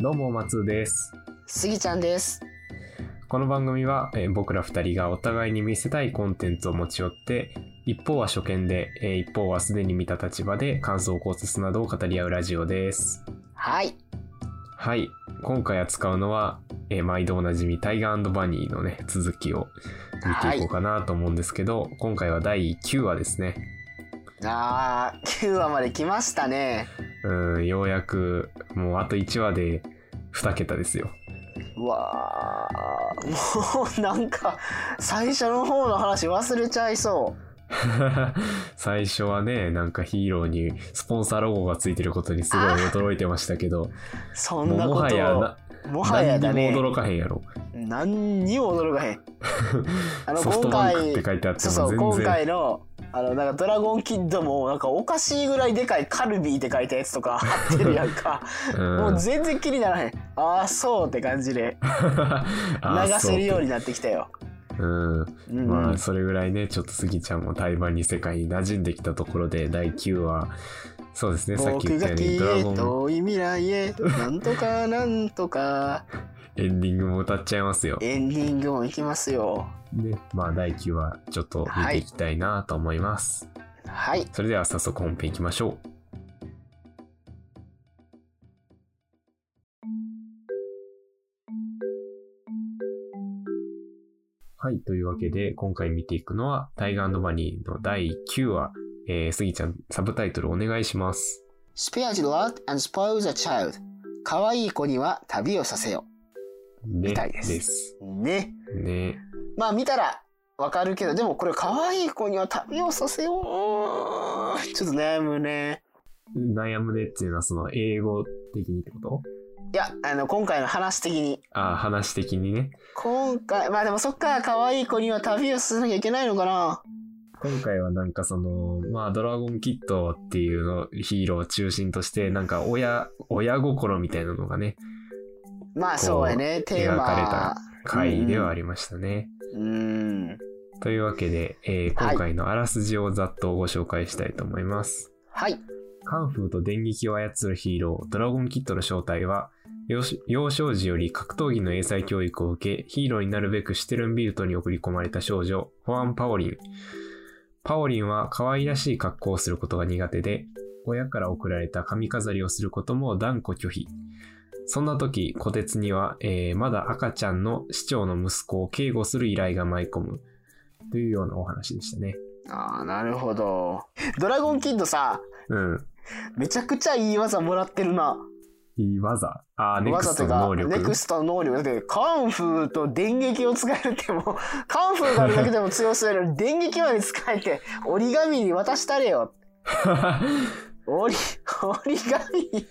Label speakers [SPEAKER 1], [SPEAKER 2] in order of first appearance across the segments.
[SPEAKER 1] どうも松です
[SPEAKER 2] スギちゃんです。
[SPEAKER 1] この番組は、えー僕ら2人がお互いに見せたいコンテンツを持ち寄って一方は初見で、えー一方はすでに見た立場で感想考察などを語り合うラジオです
[SPEAKER 2] はい。
[SPEAKER 1] はい今回扱うのは、えー毎度おなじみタイガーバニーのね続きを見ていこうかなと思うんですけど、今回は第9話ですね
[SPEAKER 2] あー、9話まで来ましたね。
[SPEAKER 1] うんようやくもうあと1話で2桁ですよ
[SPEAKER 2] うわー、もうなんか、最初の方の話忘れちゃいそ
[SPEAKER 1] 最初はねなんかヒーローにスポンサーロゴがついてることにすごい驚いてましたけど
[SPEAKER 2] う。そ
[SPEAKER 1] も
[SPEAKER 2] ん
[SPEAKER 1] う
[SPEAKER 2] な
[SPEAKER 1] も
[SPEAKER 2] こと
[SPEAKER 1] はやな
[SPEAKER 2] をもはやだ
[SPEAKER 1] 何
[SPEAKER 2] ね
[SPEAKER 1] に。も驚かへんやろ
[SPEAKER 2] 何にも驚かへん。あの、
[SPEAKER 1] ソフ
[SPEAKER 2] 今
[SPEAKER 1] トバンク
[SPEAKER 2] 回
[SPEAKER 1] って、書いてあって
[SPEAKER 2] そ
[SPEAKER 1] も
[SPEAKER 2] うそう、
[SPEAKER 1] 全
[SPEAKER 2] 今
[SPEAKER 1] 然
[SPEAKER 2] 回の、あの、なんかドラゴンキッドも、なんかおかしいぐらいでかいカルビーって書いたやつとか 貼ってるやんか。
[SPEAKER 1] うん
[SPEAKER 2] もう全然気にならへん。あー、そうって感じで、
[SPEAKER 1] あ
[SPEAKER 2] 流せるよう
[SPEAKER 1] に
[SPEAKER 2] になってきたよ。
[SPEAKER 1] うん
[SPEAKER 2] うんうん
[SPEAKER 1] まあそれぐらいねちょっとスギちゃんも台湾に世界に馴染んできたところで第9話そうですねさっき言
[SPEAKER 2] 僕
[SPEAKER 1] ったよ
[SPEAKER 2] が
[SPEAKER 1] うに「ドラ
[SPEAKER 2] 消え
[SPEAKER 1] ゴン
[SPEAKER 2] 遠い未来へなんとかなんとか」
[SPEAKER 1] エンディングも歌っちゃいますよ。
[SPEAKER 2] エンディングもいきますよ
[SPEAKER 1] でまあ第9話ちょっと見ていきたいなと思います。
[SPEAKER 2] はい
[SPEAKER 1] それでは早速本編いきましょうはいというわけで今回見ていくのは「タイガーバニー」の第9話えー、スギちゃんサブタイトルお願いします
[SPEAKER 2] スペアジロア d and spoil the child 可愛い子には旅をさせよ
[SPEAKER 1] ね
[SPEAKER 2] 見たいです
[SPEAKER 1] です
[SPEAKER 2] ね
[SPEAKER 1] ね
[SPEAKER 2] まあ見たらわかるけどでもこれ可愛い子には旅をさせようーんちょっと悩むね
[SPEAKER 1] 悩むねっていうのはその英語的にってこと
[SPEAKER 2] いやあの今回の話的に
[SPEAKER 1] ああ話的にね
[SPEAKER 2] 今回まあでもそっか可愛い子には旅をさせなきゃいけないのかな
[SPEAKER 1] 今回はなんかそのまあドラゴンキッドっていうのヒーローを中心としてなんか親親心みたいなのがね
[SPEAKER 2] まあそうやねテーマ
[SPEAKER 1] 描かれた回ではありましたね。
[SPEAKER 2] うん
[SPEAKER 1] というわけで、えー
[SPEAKER 2] は
[SPEAKER 1] 今
[SPEAKER 2] い
[SPEAKER 1] 回のあらすじをざっとご紹介したいと思います。
[SPEAKER 2] はい
[SPEAKER 1] カンフーと電撃を操るヒーロー、ドラゴンキッドの正体は、幼少幼少時より格闘技の英才教育を受け、ヒーローになるべくシュテルンビルトに送り込まれた少女、ホアン・パオリン。パオリンは可愛らしい格好をすることが苦手で、親から贈られた髪飾りをすることも断固拒否。そんな時、虎鉄には、えーまだ赤ちゃんの市長の息子を警護する依頼が舞い込む。というようなお話でしたね。
[SPEAKER 2] ああなるほどドラゴンキッドさ
[SPEAKER 1] うん。
[SPEAKER 2] めちゃくちゃいい技もらってるない
[SPEAKER 1] い技。あー、ネク
[SPEAKER 2] 技
[SPEAKER 1] ス
[SPEAKER 2] と
[SPEAKER 1] ト
[SPEAKER 2] いう
[SPEAKER 1] の
[SPEAKER 2] か
[SPEAKER 1] 能力。
[SPEAKER 2] ネ クストの能力だってカンフーと電撃を使えるってもう カンフーがあるだけでも強そうやのに電撃まで使えて折り紙に渡したれよ折り折り紙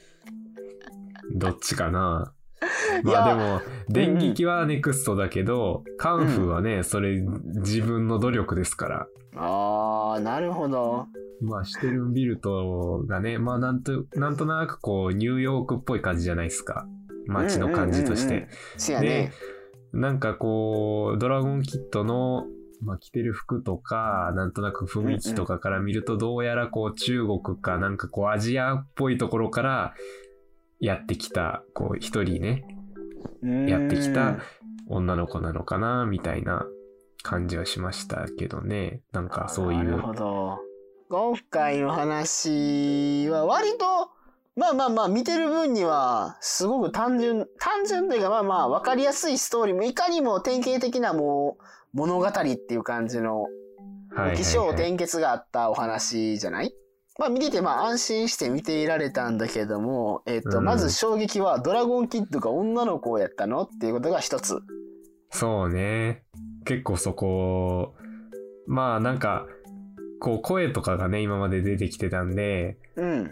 [SPEAKER 1] どっちかな
[SPEAKER 2] い
[SPEAKER 1] ま
[SPEAKER 2] や
[SPEAKER 1] あでも電撃はネクストだけど、カンフーはねそれ自分の努力ですから
[SPEAKER 2] ああなるほど
[SPEAKER 1] まあシュテルンビルトがねまあなんとなんとなくこうニューヨークっぽい感じじゃないですか街の感じとして、
[SPEAKER 2] うんうんうんせやね
[SPEAKER 1] でなんかこうドラゴンキットのまあ、着てる服とか、なんとなく雰囲気とかから見ると、どうやらこう中国かなんかこうアジアっぽいところからやってきた、こう一人ね、やってきた女の子なのかなみたいな感じはしましたけどねなんかそうい
[SPEAKER 2] なる
[SPEAKER 1] う
[SPEAKER 2] ほど今回の話は割とまあまあまあ見てる分にはすごく単純単純というかまあまあ分かりやすいストーリーもいかにも典型的なもう物語っていう感じの
[SPEAKER 1] はいはい
[SPEAKER 2] 起承
[SPEAKER 1] はい
[SPEAKER 2] 転結があったお話じゃないまあ見ててまあ安心して見ていられたんだけども、えっと
[SPEAKER 1] うん
[SPEAKER 2] まず衝撃はドラゴンキッドが女の子やったのっていうことが一つ。
[SPEAKER 1] そうね結構そこまあなんかこう声とかがね今まで出てきてたんで
[SPEAKER 2] うん。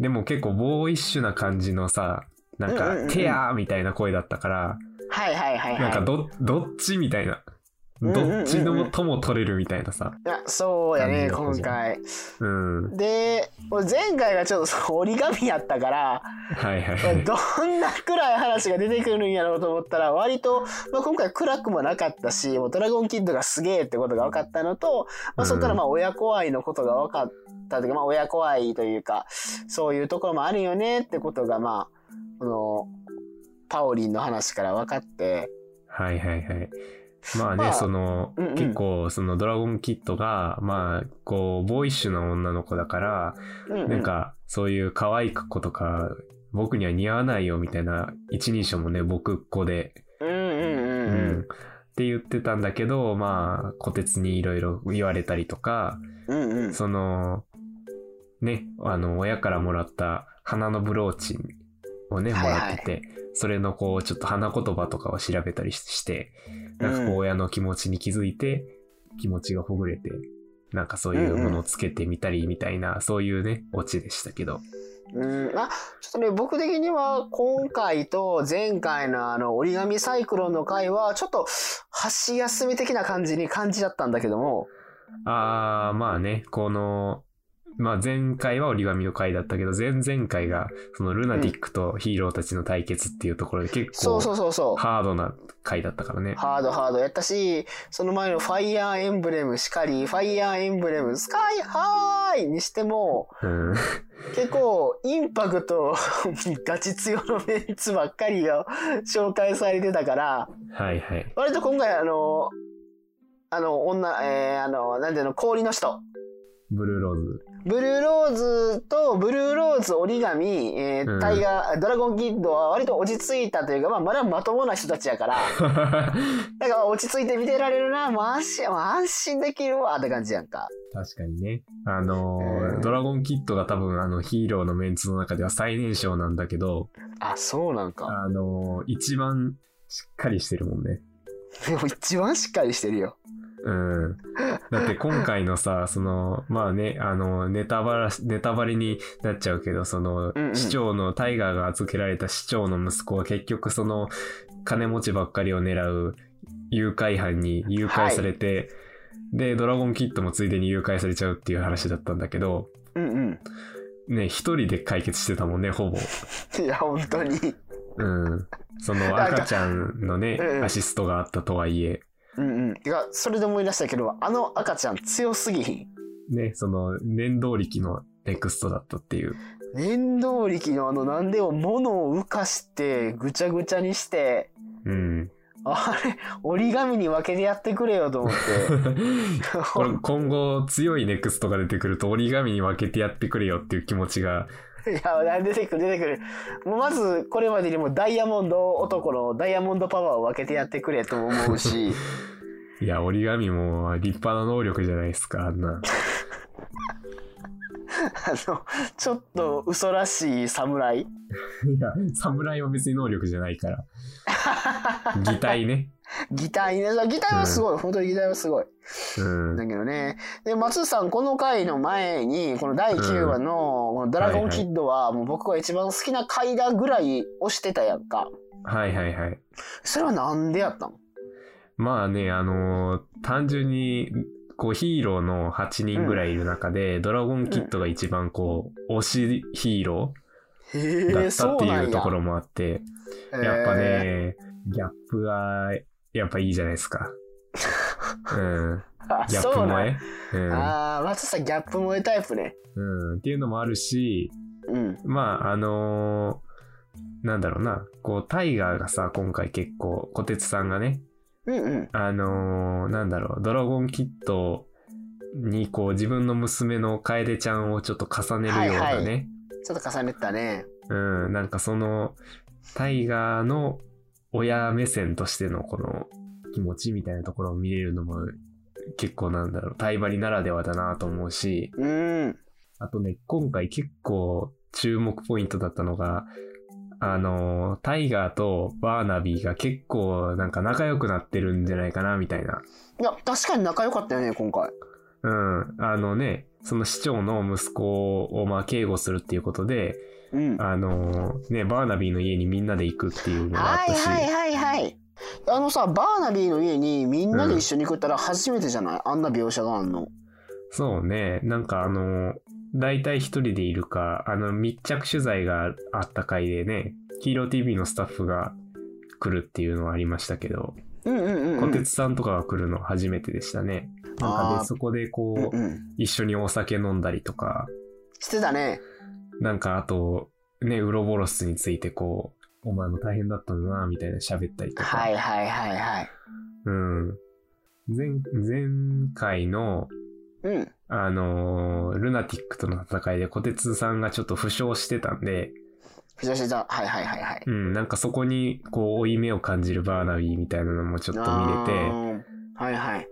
[SPEAKER 1] でも結構ボーイッシュな感じのさなん
[SPEAKER 2] うんうんうん
[SPEAKER 1] か
[SPEAKER 2] う
[SPEAKER 1] 「
[SPEAKER 2] ん
[SPEAKER 1] テアー!」みたいな声だったから
[SPEAKER 2] はいはいはいはい。
[SPEAKER 1] なんかどどっちみたいな
[SPEAKER 2] うんうんうんう
[SPEAKER 1] ど
[SPEAKER 2] ん
[SPEAKER 1] っちのとも取れるみたいなさ
[SPEAKER 2] いやそうやね、
[SPEAKER 1] 感
[SPEAKER 2] 今
[SPEAKER 1] じの子じゃ
[SPEAKER 2] 回。
[SPEAKER 1] うん
[SPEAKER 2] で俺前回がちょっとその折り紙やったから
[SPEAKER 1] はいはいは
[SPEAKER 2] 俺
[SPEAKER 1] い
[SPEAKER 2] どんな暗い話が出てくるんやろうと思ったら割と、まあ、今回暗くもなかったしもうドラゴンキッドがすげえってことが分かったのと、まあ、そこからまあ親子愛のことが分かったというか、まあ、親子愛というかそういうところもあるよねってことがまあこのパオリンの話から分かって、
[SPEAKER 1] はいはいはい。まあね、
[SPEAKER 2] まあ
[SPEAKER 1] その、
[SPEAKER 2] うんうん
[SPEAKER 1] 結構そのドラゴンキッドが、まあ、こう、ボーイッシュな女の子だから、
[SPEAKER 2] うう
[SPEAKER 1] なんか、そういう可愛い子とか、僕には似合わないよみたいな一人称もね、僕っ子で、
[SPEAKER 2] うんうん
[SPEAKER 1] う
[SPEAKER 2] うんうん
[SPEAKER 1] って言ってたんだけど、まあ、虎鉄にいろいろ言われたりとか、
[SPEAKER 2] うんうん
[SPEAKER 1] その、ね、あの、親からもらった花のブローチをね、も
[SPEAKER 2] はいはい
[SPEAKER 1] らってて、それのこう、ちょっと花言葉とかを調べたりしして、なんかこ
[SPEAKER 2] う
[SPEAKER 1] う、
[SPEAKER 2] ん
[SPEAKER 1] 親の気持ちに気づいて、気持ちがほぐれて、なんかそういうものをつけてみたりみたいな、そういうね、オチでしたけど。
[SPEAKER 2] うん、あちょっとね僕的には今回と前回のあの折り紙サイクロンの回はちょっと箸休み的な感じに感じだったんだけども
[SPEAKER 1] あー、まあね、この、まあ前回は折り紙の回だったけど、前々回が、そのルナティックとヒーローたちの対決っていうところで結
[SPEAKER 2] そうそ
[SPEAKER 1] 構、
[SPEAKER 2] うそうそう
[SPEAKER 1] ハードな回だったからね。
[SPEAKER 2] ハードハードやったしその前の「ファイヤーエンブレム」しかり「ファイヤーエンブレム」「スカイハーイ!」にしても
[SPEAKER 1] うん。
[SPEAKER 2] 結構インパクトガチ強のメンツばっかりが 紹介されてたから
[SPEAKER 1] はいはい。
[SPEAKER 2] 割と今回あのあの女えー、あのなんていうの氷の人
[SPEAKER 1] ブルーローズ。
[SPEAKER 2] ブルーローズとブルーローズ折り紙、えー
[SPEAKER 1] うん
[SPEAKER 2] タイガー、ドラゴンキッドは割と落ち着いたというか、まあ、まだまともな人たちや から、だから落ち着いて見てられるな、もう安心、もう安心できるわって感じやんか。
[SPEAKER 1] 確かにね。あのー
[SPEAKER 2] うん
[SPEAKER 1] ドラゴンキッドが多分あのヒーローのメンツの中では最年少なんだけど、
[SPEAKER 2] あ、そうなんか。
[SPEAKER 1] あのー一番しっかりしてるもんね。
[SPEAKER 2] でも一番しっかりしてるよ。
[SPEAKER 1] うん。だって今回の さ、その、まあね、あの、ネタバラし、ネタバレになっちゃうけど、その、
[SPEAKER 2] うんうん
[SPEAKER 1] 市長の、タイガーが預けられた市長の息子は結局その、金持ちばっかりを狙う誘拐犯に誘拐されて、で、ドラゴンキッドもついでに誘拐されちゃうっていう話だったんだけど、
[SPEAKER 2] うん
[SPEAKER 1] ね、一人で解決してたもんね、ほぼ。
[SPEAKER 2] うん。いや、本当に。
[SPEAKER 1] うん。その
[SPEAKER 2] なんか
[SPEAKER 1] 赤ちゃんのね
[SPEAKER 2] う、ん
[SPEAKER 1] アシストがあったとはいえ、
[SPEAKER 2] うんうん。てか、それで思い出したけど、あの赤ちゃん強すぎひん。
[SPEAKER 1] ね、その、念動力のネクストだったっていう。
[SPEAKER 2] 念動力のあの、なんでも物を浮かして、ぐちゃぐちゃにして、
[SPEAKER 1] うん。
[SPEAKER 2] あれ、折り紙に分けてやってくれよと思って。
[SPEAKER 1] これ今後強いネクストが出てくると折り紙に分けてやってくれよっていう気持ちが、
[SPEAKER 2] いや、出てくる、出てくる。もうまず、これまでにもダイヤモンド男のダイヤモンドパワーを分けてやってくれとも思 うし、
[SPEAKER 1] いや、折り紙も立派な能力じゃないですか、あんな。
[SPEAKER 2] あの、ちょっと嘘らしい侍。
[SPEAKER 1] いや、侍は別に能力じゃないから。擬態ね。
[SPEAKER 2] ギターね、ギターはすごい、本当にギターはすごい。
[SPEAKER 1] うん。
[SPEAKER 2] だけどね。で、松さん、この回の前に、この第9話の、このドラゴンキッドは、もう僕が一番好きな回だぐらい押してたやんか。
[SPEAKER 1] はいはいはい。
[SPEAKER 2] それはなんでやったの
[SPEAKER 1] まあね、あのー単純に、こうヒーローの8人ぐらいいる中で、ドラゴンキッドが一番こう、推しヒーローだっ
[SPEAKER 2] へえ、
[SPEAKER 1] た
[SPEAKER 2] そ
[SPEAKER 1] っ
[SPEAKER 2] う
[SPEAKER 1] て
[SPEAKER 2] な
[SPEAKER 1] う
[SPEAKER 2] いんや
[SPEAKER 1] ところもあって、やっぱ。ね、ギャップが、やっぱいいじゃないですか。うん。
[SPEAKER 2] あ
[SPEAKER 1] ギャップ
[SPEAKER 2] そうなんや
[SPEAKER 1] 萌え
[SPEAKER 2] ああ、松さんギャップ萌えタイプね。
[SPEAKER 1] うん。うん。っていうのもあるし、
[SPEAKER 2] うん。
[SPEAKER 1] まあ、あのーなんだろうな、こう、タイガーがさ、今回結構、小鉄さんがね、
[SPEAKER 2] うんうん。
[SPEAKER 1] あのーなんだろう、ドラゴンキッドに、こう、自分の娘の楓ちゃんをちょっと重ねるようなね、
[SPEAKER 2] はいはちょっと重ねてたね。
[SPEAKER 1] うん、なんかその、タイガーの親目線としてのこの気持ちみたいなところを見れるのも、結構なんだろう、タイバリならではだなと思うし、
[SPEAKER 2] うん。
[SPEAKER 1] あとね、今回結構注目ポイントだったのが、あのー、タイガーとバーナビーが結構なんか仲良くなってるんじゃないかな、みたいな。
[SPEAKER 2] いや、確かに仲良かったよね、今回。
[SPEAKER 1] うん。あのね、その市長の息子をまあ警護するっていうことで、
[SPEAKER 2] うん。はい
[SPEAKER 1] あのーね、バーナビーの家にみんなで行くっていうのがあったし、
[SPEAKER 2] はいはいはい。あのさ、バーナビーの家にみんなで一緒に行ったら初めてじゃない、あんな描写があんの。
[SPEAKER 1] そうね、なんかあのー、大体一人でいるか、あの、密着取材があった回でね、ヒーロー TV のスタッフが来るっていうのはありましたけど、
[SPEAKER 2] うんうんうんう
[SPEAKER 1] 小
[SPEAKER 2] ん。
[SPEAKER 1] 鉄さんとかが来るの初めてでしたね。なんか
[SPEAKER 2] あー
[SPEAKER 1] で、そこでこう、
[SPEAKER 2] うんうん。
[SPEAKER 1] 一緒にお酒飲んだりとか、
[SPEAKER 2] してたね。
[SPEAKER 1] なんかあと、ね、ウロボロスについてこう、お前も大変だったんだな、みたいな喋ったりとか。
[SPEAKER 2] はいはいはいはい。
[SPEAKER 1] うん。前、前回の、
[SPEAKER 2] うん。
[SPEAKER 1] あのールナティックとの戦いで小鉄さんがちょっと負傷してたんで、
[SPEAKER 2] 浮上してた。はいはいはいはい。
[SPEAKER 1] うん、なんかそこに、こう、負い目を感じるバーナビーみたいなのもちょっと見れて、
[SPEAKER 2] あーはいはい。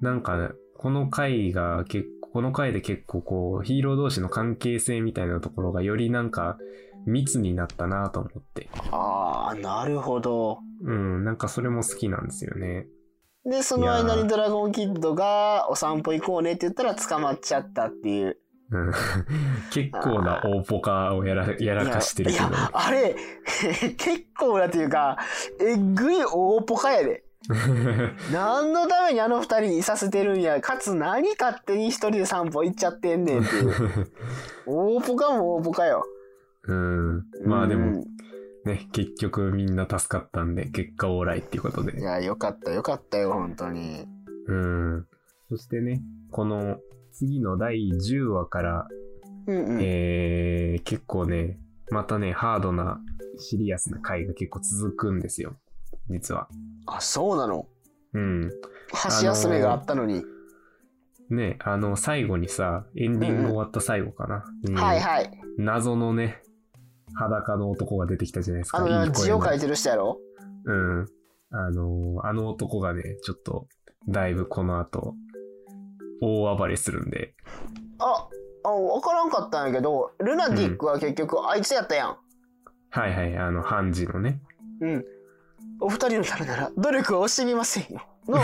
[SPEAKER 1] なんか、ね、この回が結構、この回で結構こう、ヒーロー同士の関係性みたいなところがよりなんか、密になったなと思って。
[SPEAKER 2] ああ、なるほど。
[SPEAKER 1] うん、なんかそれも好きなんですよね。
[SPEAKER 2] で、その間にドラゴンキッドがお散歩行こうねって言ったら捕まっちゃったっていう。
[SPEAKER 1] うん、 結構な大ポカをやらやらかしてるけど
[SPEAKER 2] いや、いやあれ、 結構なというか、えぐい大ポカやで。何のためにあの二人にいさせてるんや。かつ何勝手に一人で散歩行っちゃってんねんっていう。大ポカも大ポカよ。
[SPEAKER 1] うん、まあでも
[SPEAKER 2] うん
[SPEAKER 1] ね、結局みんな助かったんで、結果オーライっていうことで
[SPEAKER 2] い。や、よかったよかったよ、本当に。
[SPEAKER 1] うん。そしてね、この次の第10話から、
[SPEAKER 2] うんうん。
[SPEAKER 1] えー、結構ね、またね、ハードな、シリアスな回が結構続くんですよ。実は。
[SPEAKER 2] あ、そうなの。
[SPEAKER 1] うん。
[SPEAKER 2] 箸休めがあったのに。
[SPEAKER 1] ね、あの、最後にさ、エンディング終わった最後かな。うん
[SPEAKER 2] はいはい。
[SPEAKER 1] 謎のね、裸の男が出てきたじゃないですか。
[SPEAKER 2] あ
[SPEAKER 1] いい
[SPEAKER 2] の、
[SPEAKER 1] 声
[SPEAKER 2] 字
[SPEAKER 1] の
[SPEAKER 2] を書いてる人やろ
[SPEAKER 1] うん。あのーあの男がね、ちょっと、だいぶこの後、大暴れするんで。
[SPEAKER 2] あ、あ、わからんかったんやけど、ルナティックは結局あいつやったやん。
[SPEAKER 1] はいはい、あの、ハンジのね。
[SPEAKER 2] うん。お二人のためなら努力は惜しみませ んよ。の、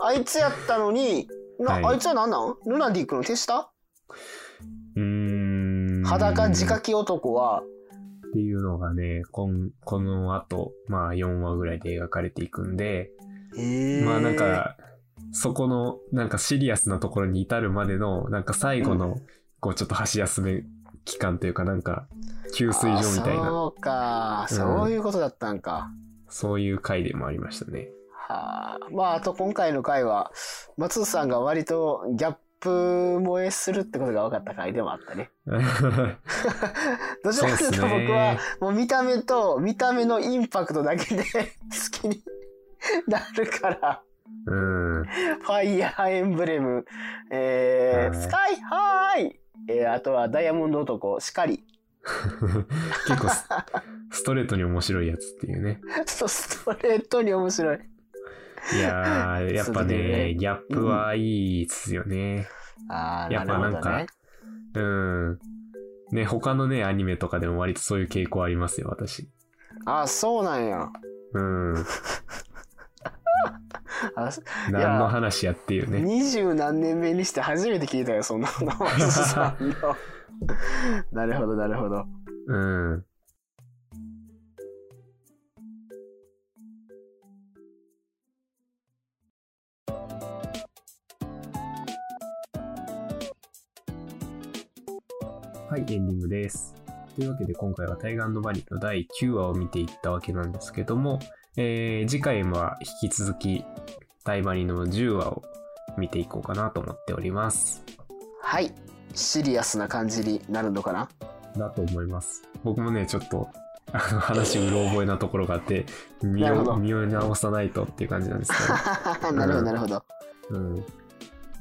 [SPEAKER 2] あいつやったのに、な、
[SPEAKER 1] はい
[SPEAKER 2] あいつは何なんルナティックの手下
[SPEAKER 1] うーん。
[SPEAKER 2] 裸仕掛け男は、
[SPEAKER 1] っていうのがね、こんこの後、まあ4話ぐらいで描かれていくんで、まあなん、か、そこの、なんかシリアスなところに至るまでの、なんか最後の、こうちょっと箸休め期間というか、なんか、給水所みたい
[SPEAKER 2] あ
[SPEAKER 1] な、
[SPEAKER 2] そうか、
[SPEAKER 1] うん
[SPEAKER 2] そういうことだったんか。
[SPEAKER 1] そういう回でもありましたね。
[SPEAKER 2] はあ、まああと今回の回は松尾さんが割とギャップ萌えするってことが分かった回でもあった ね。どちらかとい
[SPEAKER 1] そうっす
[SPEAKER 2] うと
[SPEAKER 1] ね
[SPEAKER 2] 僕はもう見た目と見た目のインパクトだけで 好きになるから
[SPEAKER 1] うん。
[SPEAKER 2] 「ファイヤーエンブレム」えー
[SPEAKER 1] はい
[SPEAKER 2] スカイハーイ」えーあとは「ダイヤモンド男」しかり
[SPEAKER 1] 結構スストレートに面白いやつっていうね。
[SPEAKER 2] そうストレートに面白い。
[SPEAKER 1] いや ー、やっぱ
[SPEAKER 2] そうだよね
[SPEAKER 1] ね、ギャップはいいっすよね。
[SPEAKER 2] ああ
[SPEAKER 1] や
[SPEAKER 2] な
[SPEAKER 1] っぱ
[SPEAKER 2] るほど
[SPEAKER 1] なん
[SPEAKER 2] ね。
[SPEAKER 1] うん。ね、他のね、アニメとかでも割とそういう傾向ありますよ、私。
[SPEAKER 2] ああそうなんや。
[SPEAKER 1] うん。
[SPEAKER 2] あ
[SPEAKER 1] 何の話やっていうね。
[SPEAKER 2] 二十何年目にして初めて聞いたよそんな の松さんのなるほどなるほど
[SPEAKER 1] うん。はい、エンディングです。というわけで今回はタイガーバニーの第9話を見ていったわけなんですけども、えー次回は引き続きタイバニーの10話を見ていこうかなと思っております。
[SPEAKER 2] はいシリアスな感じになるのかな
[SPEAKER 1] だと思います。僕もね、ちょっと、あの話うろ覚えなところがあって、見
[SPEAKER 2] なるほど
[SPEAKER 1] を見を直さないとっていう感じなんです
[SPEAKER 2] なるほどなるほど
[SPEAKER 1] け ど。うん。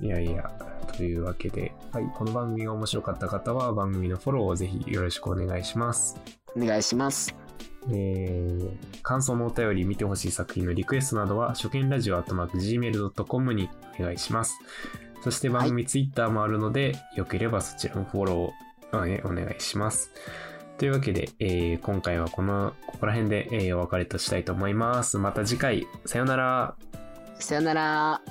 [SPEAKER 1] いやいや、というわけで、はい、この番組が面白かった方は番組のフォローをぜひよろしくお願いします。
[SPEAKER 2] お願いします
[SPEAKER 1] えー感想のお便り見てほしい作品のリクエストなどは初見ラジオ gmail.com にお願いしますそして番組ツイッターもあるので、よければそちらもフォローをあえお願いしますというわけで、えー今回はこのここら辺で、えーお別れとしたいと思いますまた次回さようなら
[SPEAKER 2] さよなら